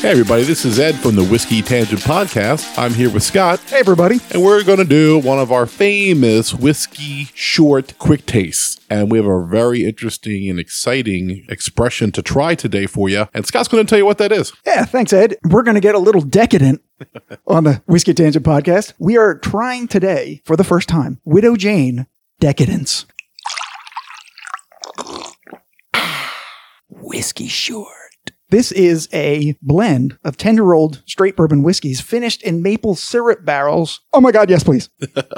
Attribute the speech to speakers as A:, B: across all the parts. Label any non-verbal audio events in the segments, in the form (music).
A: Hey, everybody, this is Ed from the Whiskey Tangent Podcast. I'm here with Scott,
B: Hey, everybody.
A: and we're going to do one of our famous whiskey short quick tastes. And we have a very interesting and exciting expression to try today for you. And Scott's going to tell you what that is.
B: Yeah, thanks, Ed. We're going to get a little decadent on the Whiskey Tangent podcast. We are trying today, for the first time, Widow Jane Decadence. (sighs) Whiskey Short. This is a blend of 10 year old straight bourbon whiskeys finished in maple syrup barrels. Oh my God, yes, please.
A: A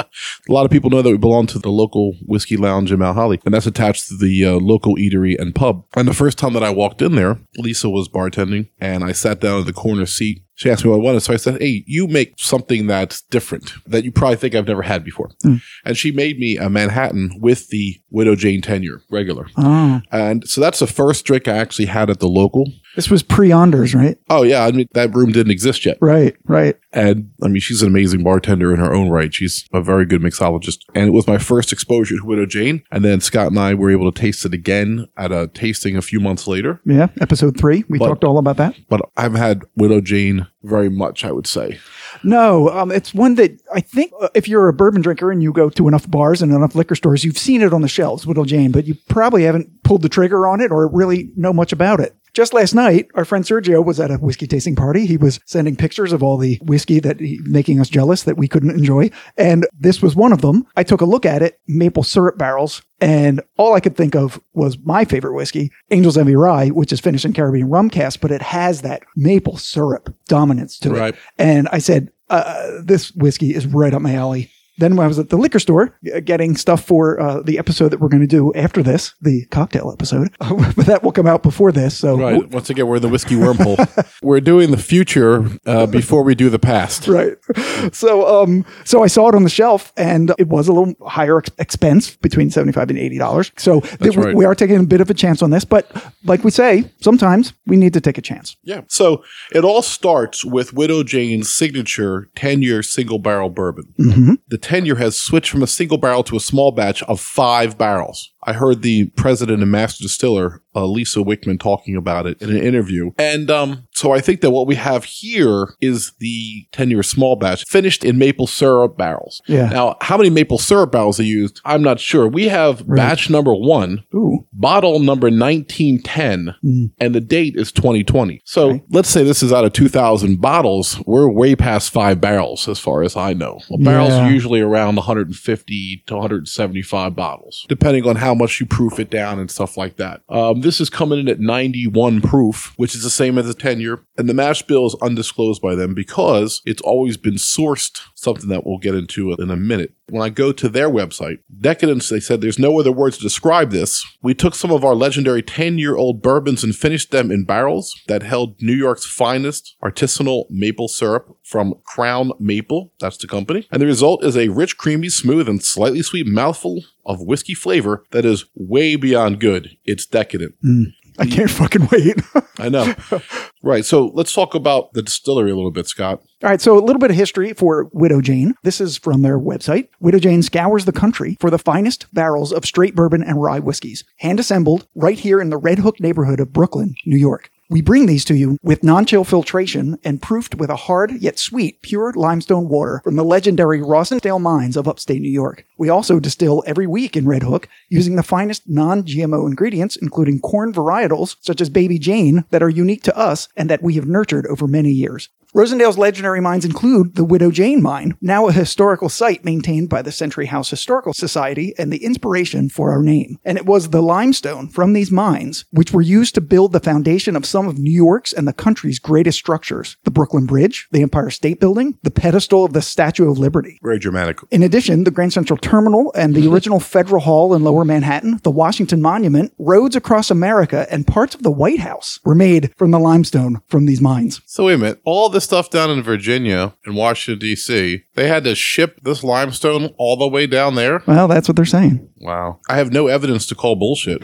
A: lot of people know that we belong to the local whiskey lounge in Mount Holly, and that's attached to the uh, local eatery and pub. And the first time that I walked in there, Lisa was bartending, and I sat down at the corner seat. She asked me what I wanted, so I said, "Hey, you make something that's different that you probably think I've never had before." And she made me a Manhattan with the Widow Jane Tenure regular,
B: Oh,
A: and so that's the first drink I actually had at the local.
B: this was pre Onders, right?
A: Oh yeah, I mean that room didn't exist yet.
B: Right, right.
A: And I mean, she's an amazing bartender in her own right. She's a very good mixologist. And it was my first exposure to Widow Jane. And then Scott and I were able to taste it again at a tasting a few months later.
B: Yeah, episode three. We
A: But-
B: talked all about that.
A: But I've had Widow Jane very much, I would say.
B: No, um, it's one that I think uh, if you're a bourbon drinker and you go to enough bars and enough liquor stores, you've seen it on the shelves, Widow Jane, but you probably haven't pulled the trigger on it or really know much about it. Just last night, our friend Sergio was at a whiskey tasting party. He was sending pictures of all the whiskey that he, making us jealous that we couldn't enjoy, and this was one of them. I took a look at it, maple syrup barrels, and all I could think of was my favorite whiskey, Angel's Envy Rye, which is finished in Caribbean rum cask, but it has that maple syrup dominance to
A: Right.
B: it. And I said, uh, this whiskey is right up my alley. Then when I was at the liquor store uh, getting stuff for uh, the episode that we're going to do after this, the cocktail episode, (laughs) but that will come out before this. So
A: Right. Once again, we're in the whiskey wormhole. we're doing the future uh, before we do the past.
B: (laughs) right. So um so I saw it on the shelf and it was a little higher ex- expense between 75 and 80 dollars. So th-
A: right.
B: we are taking a bit of a chance on this, but like we say, sometimes we need to take a chance.
A: Yeah. So it all starts with Widow Jane's signature 10 year single barrel bourbon.
B: Mm-hmm.
A: The 10 year has switched from a single barrel to a small batch of five barrels. I heard the president and master distiller, uh, Lisa Wickman, talking about it in an interview. And um, so I think that what we have here is the 10 year small batch finished in maple syrup barrels.
B: Yeah.
A: Now, how many maple syrup barrels they used, I'm not sure. We have batch number one,
B: Ooh.
A: bottle number 1910 and the date is 2020 so let's say this is out of 2000 bottles we're way past five barrels as far as i know well, barrels
B: Yeah.
A: are usually around 150 to 175 bottles depending on how much you proof it down and stuff like that um, this is coming in at 91 proof which is the same as a 10 year and the mash bill is undisclosed by them because it's always been sourced something that we'll get into in a minute when I go to their website, Decadence, they said there's no other words to describe this. We took some of our legendary 10 year old bourbons and finished them in barrels that held New York's finest artisanal maple syrup from Crown Maple. That's the company. And the result is a rich, creamy, smooth, and slightly sweet mouthful of whiskey flavor that is way beyond good. It's decadent.
B: I can't fucking wait. (laughs)
A: I (laughs) know. right. So let's talk about the distillery a little bit, Scott.
B: All right, so a little bit of history for Widow Jane. This is from their website. Widow Jane scours the country for the finest barrels of straight bourbon and rye whiskeys, hand assembled right here in the Red Hook neighborhood of Brooklyn, New York. We bring these to you with non chill filtration and proofed with a hard yet sweet pure limestone water from the legendary Rossendale mines of upstate New York. We also distill every week in Red Hook using the finest non GMO ingredients, including corn varietals such as Baby Jane, that are unique to us and that we have nurtured over many years. Rosendale's legendary mines include the Widow Jane Mine, now a historical site maintained by the Century House Historical Society and the inspiration for our name. And it was the limestone from these mines which were used to build the foundation of some of New York's and the country's greatest structures the Brooklyn Bridge, the Empire State Building, the pedestal of the Statue of Liberty.
A: Very dramatic.
B: In addition, the Grand Central Terminal and the original Federal Hall in Lower Manhattan, the Washington Monument, roads across America, and parts of the White House were made from the limestone from these mines.
A: So wait a minute. All this this stuff down in Virginia and Washington, D.C., they had to ship this limestone all the way down there.
B: Well, that's what they're saying.
A: Wow. I have no evidence to call (laughs) bullshit.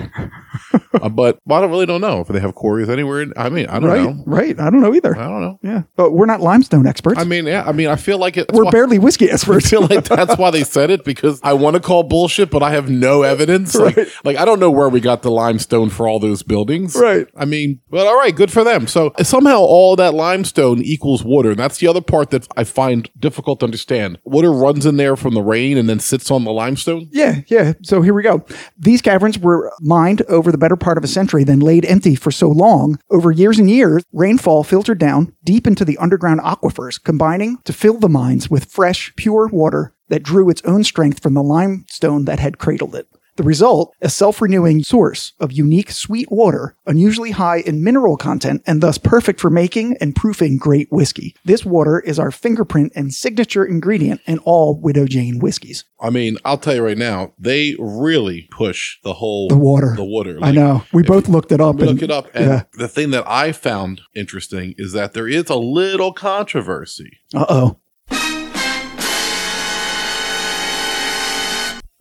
A: Uh, but well, I don't really don't know if they have quarries anywhere. in- I mean, I don't
B: right,
A: know.
B: right. I don't know either.
A: I don't know.
B: yeah, but we're not limestone experts.
A: I mean, yeah. I mean, I feel like it. that's
B: we're
A: why-
B: barely whiskey
A: I
B: experts.
A: feel like
B: (laughs)
A: that's why they said it because I want to call bullshit, but I have no evidence.
B: Right.
A: Like, like I don't know where we got the limestone for all those buildings.
B: Right.
A: I mean, but all right, good for them. So somehow all that limestone equals water, and that's the other part that I find difficult to understand. Water runs in there from the rain and then sits on the limestone.
B: Yeah, yeah. So here we go. These caverns were mined over the better part of a century, then laid empty for so long. Over years and years, rainfall filtered down deep into the underground aquifers, combining to fill the mines with fresh, pure water that drew its own strength from the limestone that had cradled it. The result, a self renewing source of unique sweet water, unusually high in mineral content and thus perfect for making and proofing great whiskey. This water is our fingerprint and signature ingredient in all Widow Jane whiskeys.
A: I mean, I'll tell you right now, they really push the whole
B: The water.
A: The water.
B: I
A: Like,
B: know. We both looked it up.
A: We
B: and-
A: look it up. And
B: yeah.
A: the thing that I found interesting is that there is a little controversy.
B: Uh oh.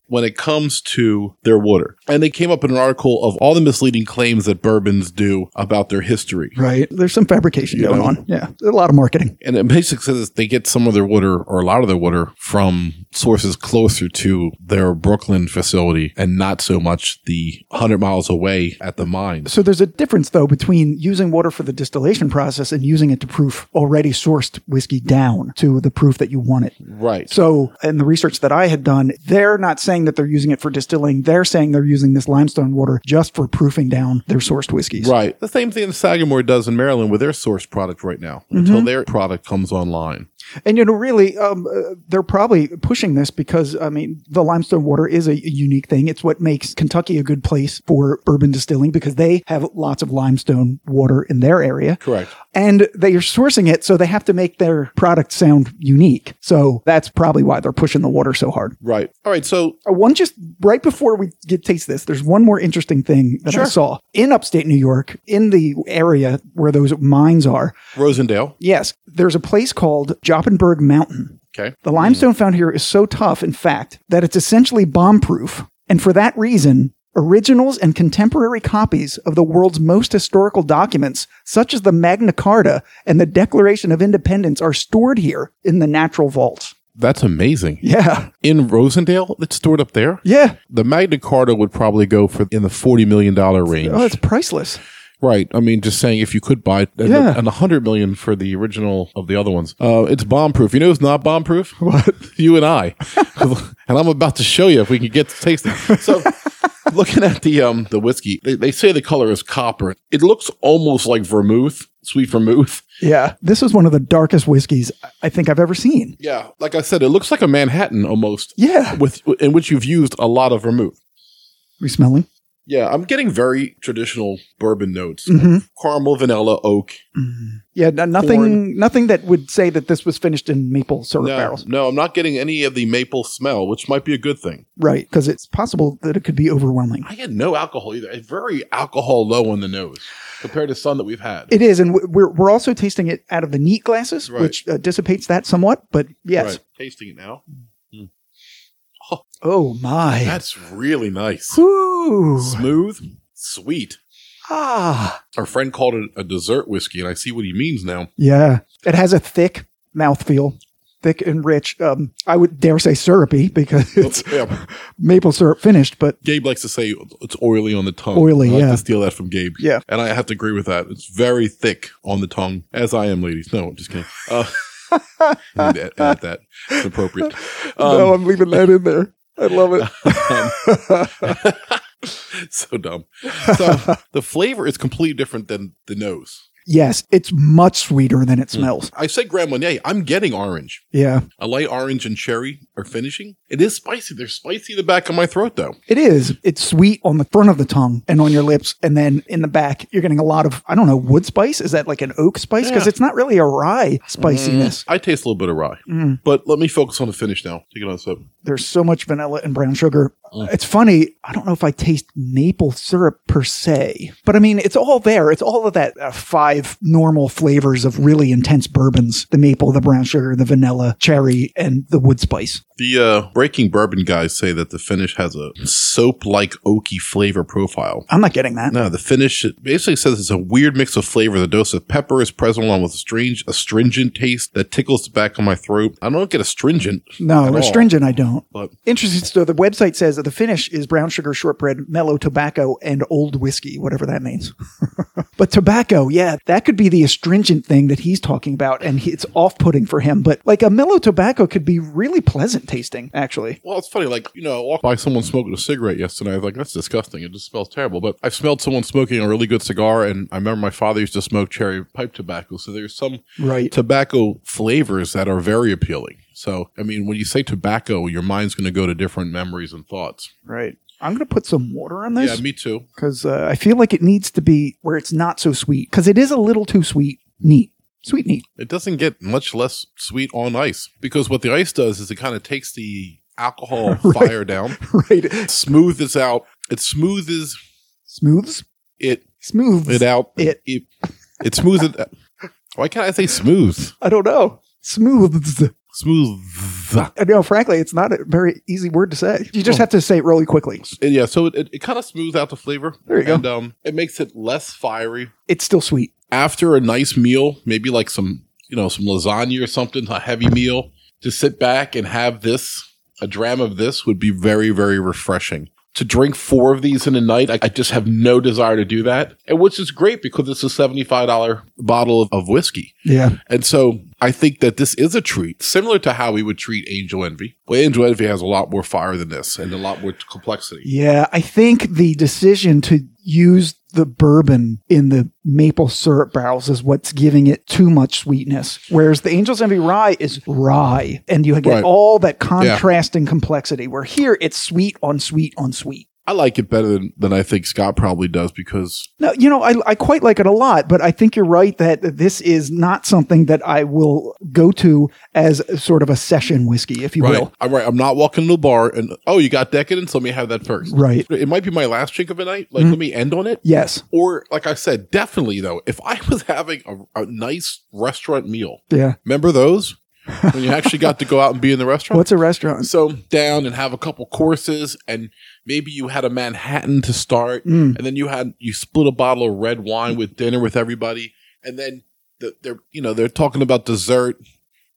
A: when it comes to their water. And they came up in an article of all the misleading claims that bourbons do about their history.
B: Right. There's some fabrication
A: You
B: going
A: know.
B: on. Yeah. A lot of marketing.
A: And it basically says they get some of their water or a lot of their water from sources closer to their Brooklyn facility and not so much the 100 miles away at the mines.
B: So there's a difference, though, between using water for the distillation process and using it to proof already sourced whiskey down to the proof that you want it.
A: Right.
B: So, in the research that I had done, they're not saying that they're using it for distilling. They're saying they're using this limestone water just for proofing down their sourced whiskeys.
A: Right. The same thing that Sagamore does in Maryland with their source product right now until their product comes online.
B: And you know, really, um, uh, they're probably pushing this because I mean, the limestone water is a, a unique thing. It's what makes Kentucky a good place for bourbon distilling because they have lots of limestone water in their area.
A: Correct.
B: And they are sourcing it, so they have to make their product sound unique. So that's probably why they're pushing the water so hard.
A: Right. All right. So
B: Uh, One just right before we get taste this, there's one more interesting thing that
A: Sure.
B: I saw in upstate New York, in the area where those mines are.
A: Rosendale.
B: Yes, there's a place called Joppinburg Mountain.
A: Okay.
B: The limestone found here is so tough, in fact, that it's essentially bomb proof. And for that reason, originals and contemporary copies of the world's most historical documents, such as the Magna Carta and the Declaration of Independence, are stored here in the natural vaults.
A: That's amazing.
B: Yeah.
A: In Rosendale, it's stored up there.
B: Yeah.
A: The Magna Carta would probably go for in the forty million dollar range,
B: Oh, it's priceless.
A: right? I mean, just saying if you could buy it, and,
B: Yeah.
A: and a hundred million for the original of the other ones, uh, it's bomb proof. You know, it's not bomb proof.
B: (laughs)
A: What you and I, (laughs) and I'm about to show you if we can get to taste it.
B: (laughs)
A: So. Looking at the um the whiskey, they, they say the color is copper. It looks almost like vermouth, sweet vermouth.
B: Yeah. This is one of the darkest whiskeys I- I think I've ever seen.
A: Yeah, like I said, it looks like a Manhattan almost,
B: Yeah.
A: with in which you've used a lot of vermouth.
B: We smelling?
A: Yeah, I'm getting very traditional bourbon notes:
B: Mm-hmm.
A: caramel, vanilla, oak,
B: Yeah. no- nothing.
A: Corn.
B: Nothing that would say that this was finished in maple syrup
A: no,
B: barrels.
A: No, I'm not getting any of the maple smell, which might be a good thing.
B: Right. Because it's possible that it could be overwhelming.
A: I had no alcohol either. It's Very alcohol low on the nose compared to some that we've had.
B: It is, and w- we're we're also tasting it out of the neat glasses,
A: Right.
B: which uh, dissipates that somewhat. But yes,
A: Right. Tasting it now.
B: oh my,
A: That's really nice.
B: Whew.
A: Smooth, sweet.
B: ah,
A: Our friend called it a dessert whiskey, and I see what he means now.
B: yeah, it has a thick mouthfeel, thick and rich. Um, I would dare say syrupy because (laughs) it's
A: (laughs) Yeah.
B: maple syrup finished, but
A: Gabe likes to say it's oily on the tongue.
B: Oily,
A: I like
B: yeah.
A: to steal that from Gabe.
B: Yeah.
A: And I have to agree with that. It's very thick on the tongue, as I am, ladies. No, I'm just kidding. Uh, I need to add that. It's appropriate. Um, (laughs)
B: no, I'm leaving that in there. I love it.
A: so dumb. So the flavor is completely different than the nose.
B: yes, it's much sweeter than
A: Hmm.
B: it smells.
A: I say Grand Marnier. I'm getting orange.
B: Yeah,
A: A light orange and cherry are finishing. It is spicy. They're spicy in the back of my throat, though.
B: it is. It's sweet on the front of the tongue and on your lips, and then in the back, you're getting a lot of I don't know wood spice. Is that like an oak spice? Because
A: Yeah.
B: it's not really a rye spiciness.
A: I taste a little bit of rye,
B: Mm.
A: but let me focus on the finish now. Take it on a sip.
B: There's so much vanilla and brown sugar.
A: Mm.
B: It's funny. I don't know if I taste maple syrup per se, but I mean, it's all there. It's all of that uh, phi five normal flavors of really intense bourbons the maple, the brown sugar, the vanilla, cherry, and the wood spice.
A: The uh, Breaking Bourbon guys say that the finish has a soap like oaky flavor profile.
B: I'm not getting that.
A: No, the finish it basically says it's a weird mix of flavor. The dose of pepper is present along with a strange, astringent taste that tickles the back of my throat. I don't get astringent.
B: No,
A: at all,
B: astringent, I don't.
A: But
B: Interesting. So the website says that the finish is brown sugar, shortbread, mellow tobacco, and old whiskey, whatever that means. (laughs) but tobacco, yeah, that could be the astringent thing that he's talking about, and he- it's off-putting for him. But like a mellow tobacco could be really pleasant tasting, actually.
A: Well, it's funny. Like, you know, I walked by someone smoking a cigarette yesterday. I was like, that's disgusting. It just smells terrible. But I smelled someone smoking a really good cigar. And I remember my father used to smoke cherry pipe tobacco. So there's some
B: Right.
A: tobacco flavors that are very appealing. So, I mean, when you say tobacco, your mind's going to go to different memories and thoughts.
B: Right. I'm gonna put some water on this.
A: Yeah, me too.
B: because uh, I feel like it needs to be where it's not so sweet because it is a little too sweet, neat, sweet, neat. (laughs)
A: It doesn't get much less sweet on ice because what the ice does is it kind of takes the
B: (laughs)
A: alcohol fire down,
B: right?
A: smooths out. It smooths
B: Smooths,
A: it
B: smooths.
A: it out.
B: It.
A: it, it smooths it. Why can't I say smooth?
B: I don't know. Smooths.
A: Smooth.
B: I know. Uh, Frankly, it's not a very easy word to say. You just have to say it really quickly.
A: And yeah, so it, it, it kind of smooths out the flavor.
B: There you go.
A: and, Um, it makes it less fiery.
B: It's still sweet.
A: After a nice meal, maybe like some, you know, some lasagna or something, a heavy meal, to sit back and have this, a dram of this would be very, very refreshing. To drink four of these in a night, I, I just have no desire to do that. And which is great because it's a $75 bottle of, of whiskey.
B: Yeah.
A: And so I think that this is a treat, similar to how we would treat Angel Envy. Well, Angel Envy has a lot more fire than this and a lot more complexity.
B: Yeah. I think the decision to use the bourbon in the maple syrup barrels is what's giving it too much sweetness. Whereas the Angel's Envy rye is rye and you get
A: Right.
B: all that contrast and complexity. Where here it's sweet on sweet on sweet.
A: I like it better than, than I think Scott probably does because
B: No, you know, I, I quite like it a lot, but I think you're right that this is not something that I will go to as sort of a session whiskey, if you will.
A: I'm right. I'm not walking to the bar and oh, you got decadence. Let me have that first.
B: Right. Mm-hmm.
A: It might be my last drink of the night. Like, let me end on it.
B: Yes.
A: Or like I said, definitely though, if I was (laughs) having a, a nice restaurant meal,
B: Yeah.
A: remember those when you actually got to go out and be in the restaurant.
B: What's a restaurant?
A: so down and have a couple courses and maybe you had a manhattan to
B: Mm.
A: start and then you had you split a bottle of red wine with dinner with everybody and then the, they're you know they're talking about dessert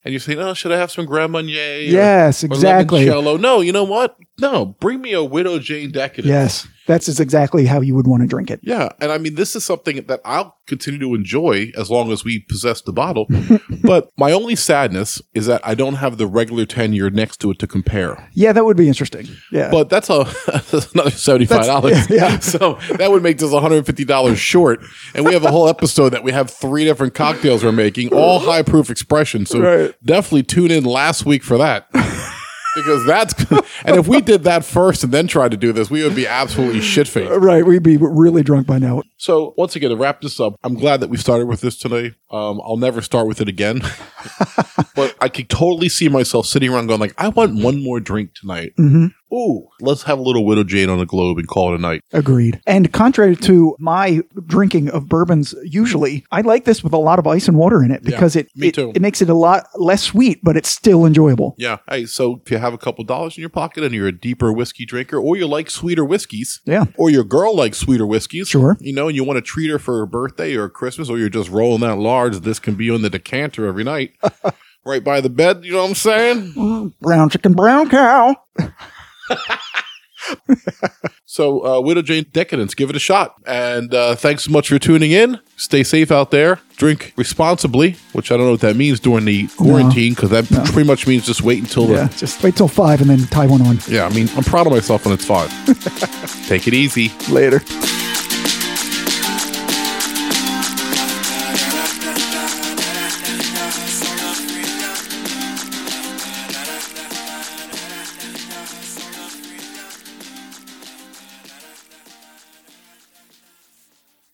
A: and you say oh should i have some grand marnier or-
B: Yes,
A: or
B: exactly.
A: limoncello?" no you know what no bring me a widow jane decadence
B: Yes. That's is exactly how you would want to drink it.
A: yeah, and I mean, this is something that I'll continue to enjoy as long as we possess the
B: (laughs)
A: bottle. but my only sadness is that I don't have the regular 10 year next to it to compare.
B: Yeah, that would be interesting. Yeah.
A: but that's a (laughs) that's another seventy five dollars.
B: That's- yeah, yeah.
A: (laughs) So that would make this one hundred fifty dollars short, and we have a whole episode that we have three different cocktails we're making, all high proof expressions. So
B: Right.
A: definitely tune in last week for that. Because that's (laughs) and if we did that first and then tried to do this, we would be absolutely shit faced.
B: right, we'd be really drunk by now.
A: So once again, to wrap this up, I'm glad that we started with this today. Um, I'll never start with it
B: (laughs)
A: again, but I could totally see myself sitting around going like, I want one more drink tonight.
B: Mm-hmm.
A: Ooh, let's have a little Widow Jane on the globe and call it a night.
B: Agreed. And contrary to my drinking of bourbons usually, I like this with a lot of ice and water in it because it
A: me
B: it,
A: too.
B: it makes it a lot less sweet, but it's still enjoyable.
A: Yeah. Hey, so if you have a couple dollars in your pocket and you're a deeper whiskey drinker, or you like sweeter whiskeys,
B: Yeah.
A: or your girl likes sweeter whiskeys,
B: Sure.
A: you know, and you want to treat her for her birthday or Christmas, or you're just rolling that large, this can be on the decanter every
B: (laughs)
A: night, right by the bed. You know what I'm saying?
B: Brown chicken, brown cow.
A: So, uh, Widow Jane Decadence, give it a shot. And uh, thanks so much for tuning in. Stay safe out there. Drink responsibly, which I don't know what that means during the quarantine, because that pretty much means just wait until
B: Yeah. Just wait till five and then tie one on.
A: the. Yeah, I mean, I'm proud of myself when it's five. Take it easy.
B: Later.